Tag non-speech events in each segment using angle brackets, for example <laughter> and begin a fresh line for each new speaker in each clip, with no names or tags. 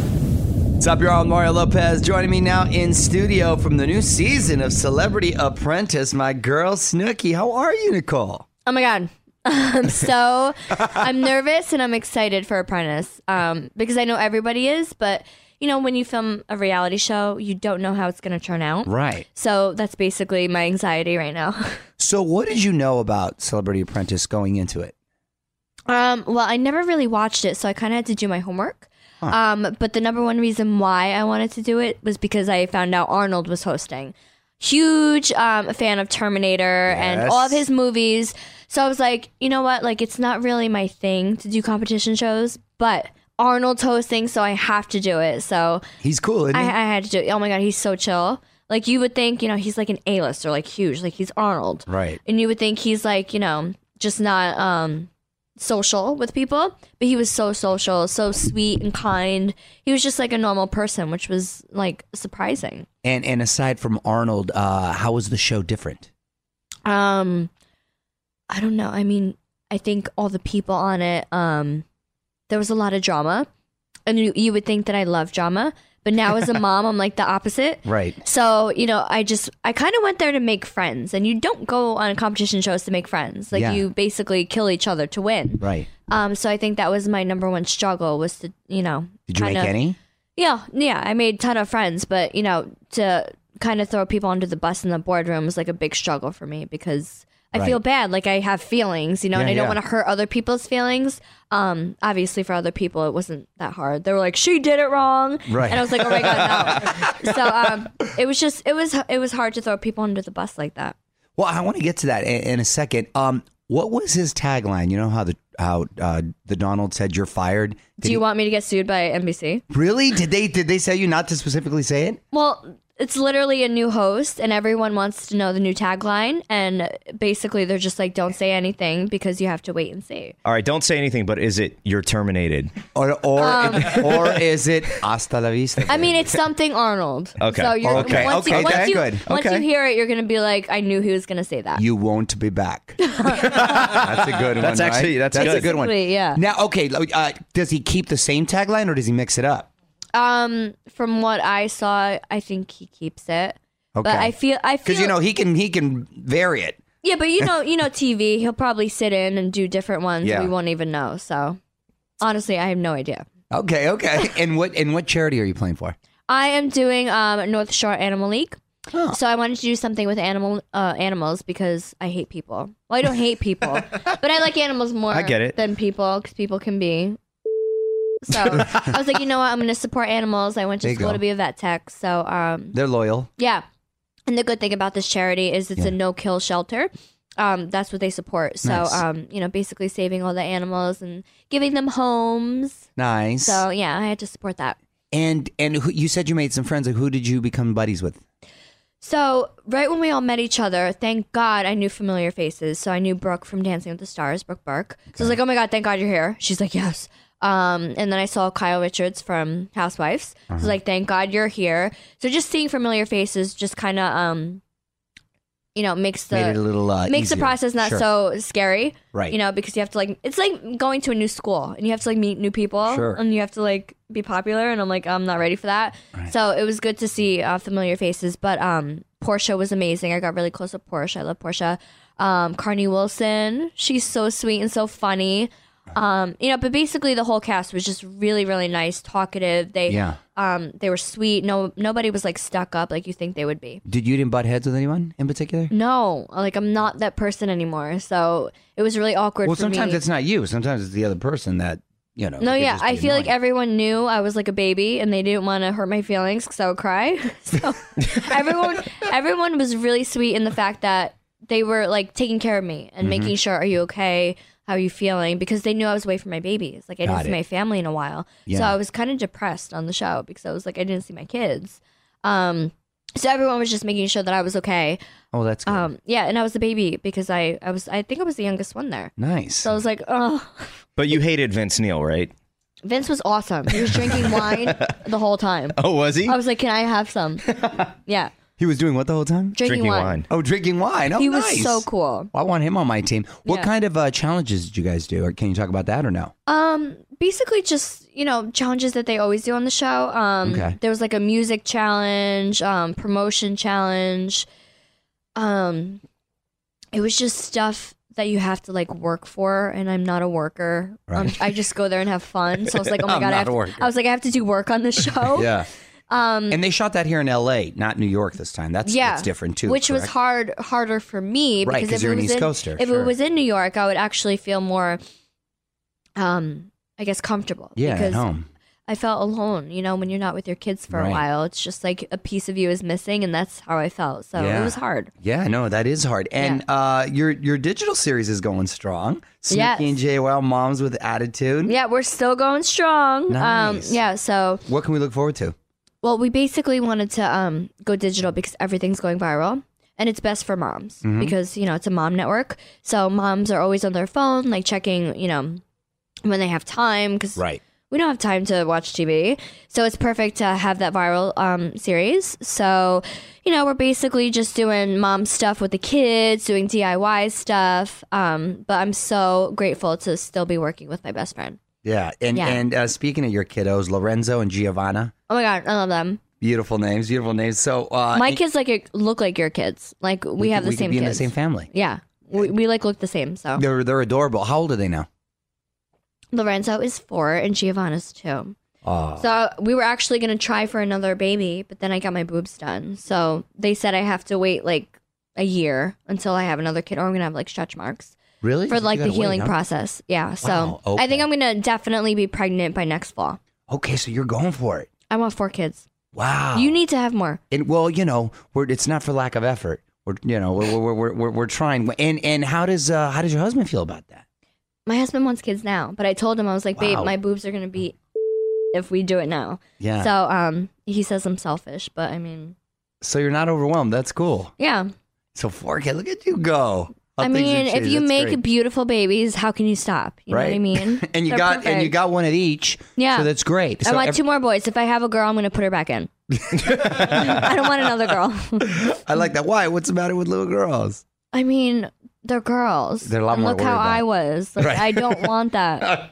What's up, y'all? I'm Mario Lopez joining me now in studio from the new season of Celebrity Apprentice, my girl Snooki. How are you, Nicole?
Oh my god. <laughs> I'm so I'm nervous and I'm excited for Apprentice um, because I know everybody is, but you know when you film a reality show, you don't know how it's going to turn out.
Right.
So that's basically my anxiety right now. <laughs>
So, what did you know about Celebrity Apprentice going into it?
Um, well, I never really watched it, so I kind of had to do my homework. Um, but the number one reason why I wanted to do it was because I found out Arnold was hosting. Huge um, fan of Terminator and all of
Yes.
his movies. So I was like, you know what? Like, it's not really my thing to do competition shows, but Arnold's hosting, so I have to do it. So
He's cool, isn't
I,
he?
I had to do it. Oh my God, he's so chill. Like, you would think, you know, he's like an A lister, like huge, like he's Arnold.
right.
And you would think he's like, you know, just not um social with people, but he was so social, so sweet and kind. He was just like a normal person, which was like surprising.
And and aside from Arnold, uh, how was the show different?
Um I don't know. I mean, I think all the people on it um there was a lot of drama. And you, you would think that I love drama, but
<laughs>
now as a mom, I'm like the opposite.
Right.
So, you know, I just, I kind of went there to make friends. And you don't go on competition shows to make friends. Like,
Yeah.
you basically kill each other to win.
Right.
Um, so I think that was my number one struggle was to, you know,
Did you
kind
make
of-
any?
Yeah, yeah, I made a ton of friends, but you know, to kind of throw people under the bus in the boardroom was like a big struggle for me because I feel
Right.
bad, like I have feelings, you know, and
Yeah,
I don't
yeah.
want to hurt other people's feelings. Um, obviously for other people it wasn't that hard. They were like, "She did it wrong,"
Right.
and I was like, "Oh my god,
<laughs>
no!" so um, it was just it was it was hard to throw people under the bus like that.
Well, I want to get to that in, in a second. Um, what was his tagline? You know how the how uh, the Donald said you're fired. Did
Do you want me to get sued by
he,
NBC?
really? Did they did they say you not to specifically say it?
Well, it's literally a new host, and everyone wants to know the new tagline. And basically, they're just like, don't say anything because you have to wait and see.
All right, don't say anything, but is it you're terminated?
Or or or is it hasta la vista?
Um. I mean, it's
<laughs>
something Arnold.
Okay.
So you're,
Okay.
Once
Okay,
you, once
okay,
you,
good.
Once
Okay.
you hear it, you're going to be like, I knew he was going to say that.
you won't be
<laughs>
back. that's a good one.
That's actually-
right?
that's
a
good.
good one.
Basically, yeah.
Now, okay, lo- uh, does he keep the same tagline or does he mix it up?
um, from what I saw, I think he keeps it.
Okay.
But I feel, I feel,
Because you know he can he can vary it.
yeah, but
<laughs>
you know, you know, TV, he'll probably sit in and do different ones.
Yeah.
We won't even know. So honestly, I have no idea.
Okay,
<laughs>
okay. and what and what charity are you playing for?
I am doing um, North Shore Animal League. So I wanted to do something with animal uh, animals because I hate people. Well, I don't
<laughs>
hate people, but I like animals more
I get it.
than people because people can be.
<laughs>
So I was like, you know what? I'm going to support animals. I went
There
to
you
school
go.
to be a vet tech. So um,
They're loyal.
yeah. And the good thing about this charity is it's a no kill shelter. um, that's what they support. So,
Nice.
um, you know, basically saving all the animals and giving them homes.
Nice.
So, yeah, I had to support that.
and and who, you said you made some friends. Like, who did you become buddies with?
So, right when we all met each other, thank God I knew familiar faces. So, I knew Brooke from Dancing with the Stars, Brooke Burke. So, I was like, oh my God, thank God you're here. She's like, yes. Um, and then I saw Kyle Richards from Housewives. So I
Uh-huh.
was like, thank God you're here. So, just seeing familiar faces just kind of, um, you know, makes the
Made it a little uh,
makes the
easier.
process not
Sure.
so scary.
Right.
You know, because you have to like it's like going to a new school and you have to like meet new people
Sure.
and you have to like be popular and I'm like I'm not ready for that. So it was good to see uh, familiar faces, but um Portia was amazing. I got really close with Portia. I love Portia. Um Carney Wilson, she's so sweet and so funny. Um, you know, but basically the whole cast was just really, really nice, talkative. They
Yeah.
um they were sweet. No nobody was like stuck up like you think they would be.
Did you didn't butt heads with anyone in particular?
No, like I'm not that person anymore. So it was really awkward.
Well,
for
sometimes
me.
it's not you. Sometimes it's the other person that you know.
No,
could
yeah,
just be
I feel like
annoying.
everyone knew I was like a baby, and they didn't want to hurt my feelings because I would cry. <laughs> So everyone, everyone was really sweet in the fact that they were like taking care of me
Mm-hmm.
and making sure, "Are you okay? How are you feeling?" Because they knew I was away from my babies. Like I
Got
didn't see
it.
my family in a while, so
Yeah.
I was kind of depressed on the show because I was like, I didn't see my kids. Um, so everyone was just making sure that I was okay.
Oh, that's good.
Um, yeah, and I was the baby because I, I was I think I was the youngest one there.
nice.
So I was like, oh,
But you hated Vince Neil, right?
Vince was awesome. He was
<laughs>
drinking wine the whole time.
Oh, was he?
I was like, can I have some? Yeah,
he was doing what the whole time?
drinking,
Drinking
wine.
wine.
Oh, drinking wine. Oh,
He was
nice.
so cool.
I want him on my team. What
Yeah.
kind of uh, challenges did you guys do? Or can you talk about that or no?
Um, basically just you know challenges that they always do on the show. Um,
Okay.
there was like a music challenge, um, promotion challenge. Um, it was just stuff that you have to like work for, and I'm not a worker. Um,
Right.
I just go there and have fun. So I was like, oh my
<laughs> I'm
god, I,
not
have
a
to-
worker.
I was like, I have to do work
<laughs>
on this show. Oh, Um,
And they shot that here in L.A., not New York this time. That's
yeah,
that's different too.
Which was
correct?
hard harder for me
Right,
because
'cause
if
you're
it
an
was
East
in,
Coaster,
if
sure.
it was in New York, I would actually feel more, um, I guess comfortable.
Yeah, at
because
home.
I felt alone. You know, when you're not with your kids for
Right.
a while, it's just like a piece of you is missing, and that's how I felt. So
Yeah.
it was hard.
Yeah, no, that is hard. And uh, your your digital series is going strong. Snooki
Yes.
and JWoww, Moms with Attitude.
Yeah, we're still going strong.
Nice.
Um, yeah, so
What can we look forward to?
well, we basically wanted to um, go digital because everything's going viral. And it's best for moms because, you know, it's a mom network. So moms are always on their phone, like checking, you know, when they have time because we don't have time to watch TV. So it's perfect to have that viral um, series. So, you know, we're basically just doing mom stuff with the kids, doing DIY stuff. Um, but I'm so grateful to still be working with my best friend.
Yeah, and
Yeah.
and uh, speaking of your kiddos, Lorenzo and Giovanna,
Oh my God, I love them.
beautiful names, beautiful names. So uh,
my
and
kids like your, look like your kids. Like we, have
could-
the
we could
same
be in the
kids.
same family.
Yeah. We, we like look the same. So
They're they're adorable. How old are they now?
Lorenzo is four and Giovanna's two.
Oh,
So we were actually gonna try for another baby, but then I got my boobs done. So they said I have to wait like a year until I have another kid, or I'm gonna have like stretch marks
really?
for
You
like the
gotta wait,
healing
huh?
process. Yeah. So
Wow,
I
okay.
think I'm gonna definitely be pregnant by next fall.
Okay, so you're going for it.
I want four kids.
Wow.
You need to have more.
And well, you know, we're, it's not for lack of effort. We're you know we're we're, we're, we're, we're trying. And and how does uh, how does your husband feel about that?
My husband wants kids now, but I told him I was like,
Wow.
babe, my boobs are gonna be if we do it now.
Yeah.
So um, he says I'm selfish, but I mean,
So you're not overwhelmed. That's cool.
yeah.
So 4K, look at you go. How
I
things have
mean, if
changed.
you
That's
make
great.
beautiful babies, how can you stop? You know what I
Right.
mean?
<laughs> and you
They're
got and you
perfect.
got one at each.
Yeah.
So that's great.
I
So
want
ev-
two more boys. If I have a girl, I'm going to put her back
<laughs>
in. I don't want another girl.
I like that. Why? What's the matter with little girls?
I mean, they're girls.
They're a lot
And
more
Look how
worried about
I
it. <laughs>
was. Like, I don't want that.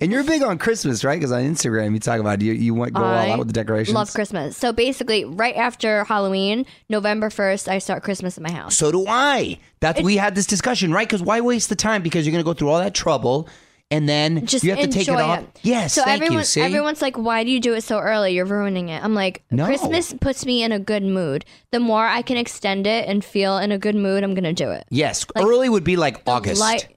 And you're big on Christmas, right? Because on Instagram you talk about you you want go all
I
out with the decorations.
Love Christmas. So basically, right after Halloween, November 1st, I start Christmas in my house.
So do I. That's we had this discussion, right? Because why waste the time? Because you're going to go through all that trouble, and then
Just
you have to take it
enjoy
off. Yes,
So
thank
everyone,
you. See,
everyone's like, "Why do you do it so early? You're ruining it." I'm like,
No.
Christmas puts me in a good mood. The more I can extend it and feel in a good mood, I'm gonna do it.
yes,
like,
early would be like August.
Light,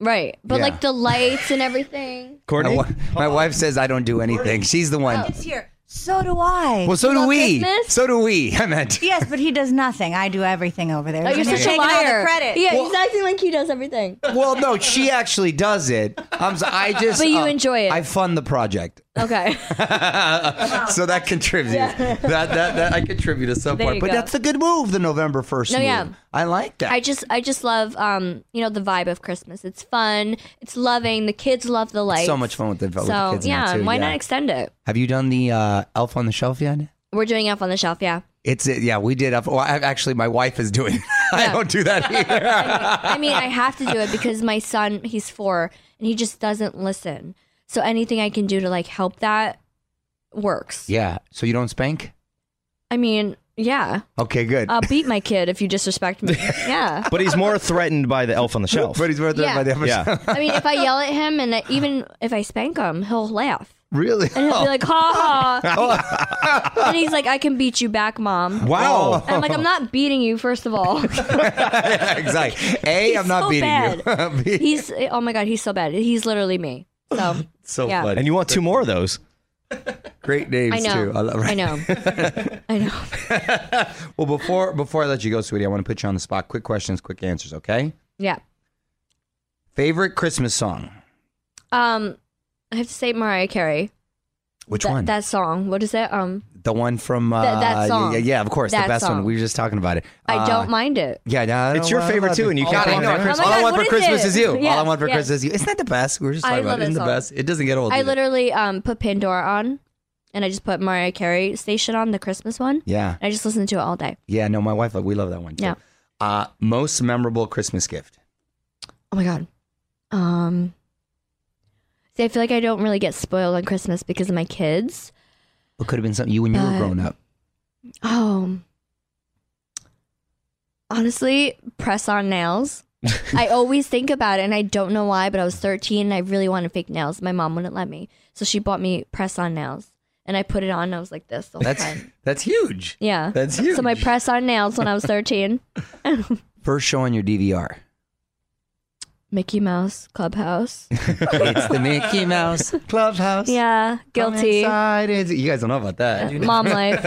right? But
Yeah. <laughs>
like the lights and everything.
my,
Courtney?
wi- my wife says I don't do anything. She's the one.
Oh, It's here. So do I.
Well, so do
About
we.
business?
So do we. <laughs> I meant.
yes, but he does nothing. I do everything over there.
Oh, you're
And
such
taking
a
all the
liar.
credit.
Yeah, he's acting like he does everything.
Well, no, she actually does it. I'm, s-
<laughs>
I just. uh,
But you enjoy it.
I fund the project, <laughs>
Okay.
so that contributes. That, that that I contribute to some
There
part.
you
But
go.
that's a good move. The November first.
No,
move.
yeah.
I like that.
I just I just love um you know the vibe of Christmas. It's fun. It's loving. The kids love the lights.
so much fun with the, with the
So
kids
yeah,
now too.
why
yeah.
not extend it?
Have you done the uh, Elf on the Shelf yet?
We're doing up on the shelf. Yeah.
It's it. Yeah, we did. Elf- Well, I, actually, my wife is doing. it. <laughs> I don't do that
<laughs>
either.
I mean, I have to do it because my son he's four and he just doesn't listen. So anything I can do to like help that works.
yeah. So you don't spank?
I mean, yeah,
Okay, good.
I'll beat my kid if you
<laughs>
disrespect me. Yeah.
But he's more threatened by the elf on the shelf.
but he's worth
Yeah.
it by the episode.
Yeah.
I mean, if I yell at him and I, even if I spank him, he'll laugh.
<laughs>
<laughs>
Really?
And he'll be like, ha ha. and he's like, I can beat you back, mom.
Oh. Wow.
And I'm like, I'm not beating you, first
<laughs>
of all. <laughs>
exactly. A,
He's
I'm not
so
beating you. <laughs>
bad.
B,
he's, oh my God, he's so bad. He's literally me. So
<laughs> so
yeah.
funny.
and you want two more of those.
Great names
I know.
too. love-
I know.
<laughs>
I know.
Well, before before I let you go, sweetie, I want to put you on the spot. Quick questions, quick answers. Okay.
Yeah.
Favorite Christmas song?
Um, I have to say Mariah Carey.
Which
That-
one?
That song. What is it? Um,
the one from uh,
That- that
yeah,
song.
Yeah, yeah, of course,
That
the best one.
song.
We were just talking about it.
I
Uh,
don't mind it.
Yeah, no, I
It's
don't
your
wanna
favorite
love
too,
you.
and you
All
can't
I
love
know
it.
at
Oh my
Christmas-
God,
All I want
what
for
is
Christmas
it?
is you.
Yeah,
All I want for
yeah.
Christmas is you. Isn't that the best? We were just
I
talking about
love
it.
that
Isn't
song.
the best? It doesn't get old.
I
either.
literally um put Pandora on, and I just put Mariah Carey station on the Christmas one.
Yeah,
And I just listened to it all day.
yeah. No, my wife, like, we love that one. Too.
Yeah.
Uh, most memorable Christmas gift.
Oh my god. Um. See, I feel like I don't really get spoiled on Christmas because of my kids.
It could have been something you when you were
Uh,
growing up.
Um. Honestly, press on nails. I
<laughs>
always think about it, and I don't know why, but I was 13 and I really wanted fake nails. My mom wouldn't let me, so she bought me press on nails, and I put it on. and I was like this the whole
That's
time.
that's huge.
Yeah,
That's huge.
So my press on nails when I was 13.
First show on your DVR.
<laughs> Mickey Mouse Clubhouse.
it's the
<laughs>
Mickey Mouse Clubhouse.
Yeah,
Come
guilty.
inside. It's- You guys don't know about that. You know.
Mom
<laughs>
life.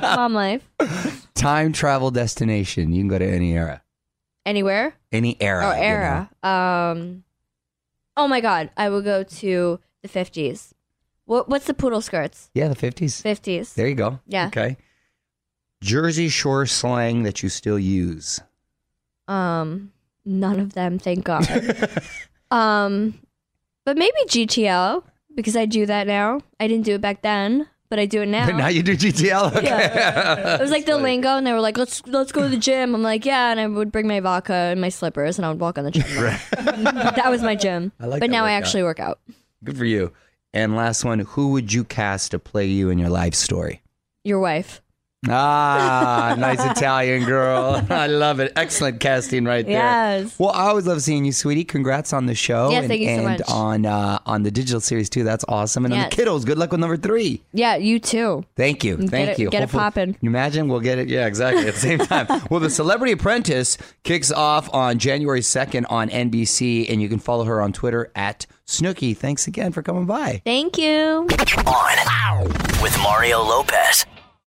Mom life.
Time travel destination. You can go to any era.
Anywhere.
Any era.
Oh,
you know.
era. Um. Oh my God, I would go to the 50s. What, what's the poodle skirts?
Yeah, the fifties.
50s.
There you go.
Yeah.
Okay. Jersey Shore slang that you still use. <laughs>
Um, none of them,
<laughs>
thank God. um, but maybe GTL because I do that now. I didn't do it back then, but I do it now.
But now you do GTL. Okay.
it was like the lingo, and they were like, "Let's let's go to the gym." I'm like, "Yeah," and I would bring my vodka and my slippers, and I would walk on the treadmill. that was my gym.
<laughs> I like
but
that
now I
workout.
actually work out.
<laughs> Good for you. And last one, who would you cast to play you in your life story?
Your wife. <laughs>
Ah, nice Italian girl. <laughs> I love it. Excellent casting right there.
Yes.
Well, I always love seeing you, sweetie. Congrats on the show.
Yeah,
and,
thank you so
and
much.
on uh, on the digital series too. That's awesome. And on
Yes.
the kiddos, good luck with number three.
Yeah, you too.
Thank you.
Get
Thank
it-
you.
get it
Hopefully-
poppin'.
You imagine we'll get it. Yeah, exactly. At the same
<laughs>
time. well, the Celebrity Apprentice kicks off on January 2nd on NBC, and you can follow her on Twitter at Snooky. Thanks again for coming by.
Thank you.
On with Mario Lopez.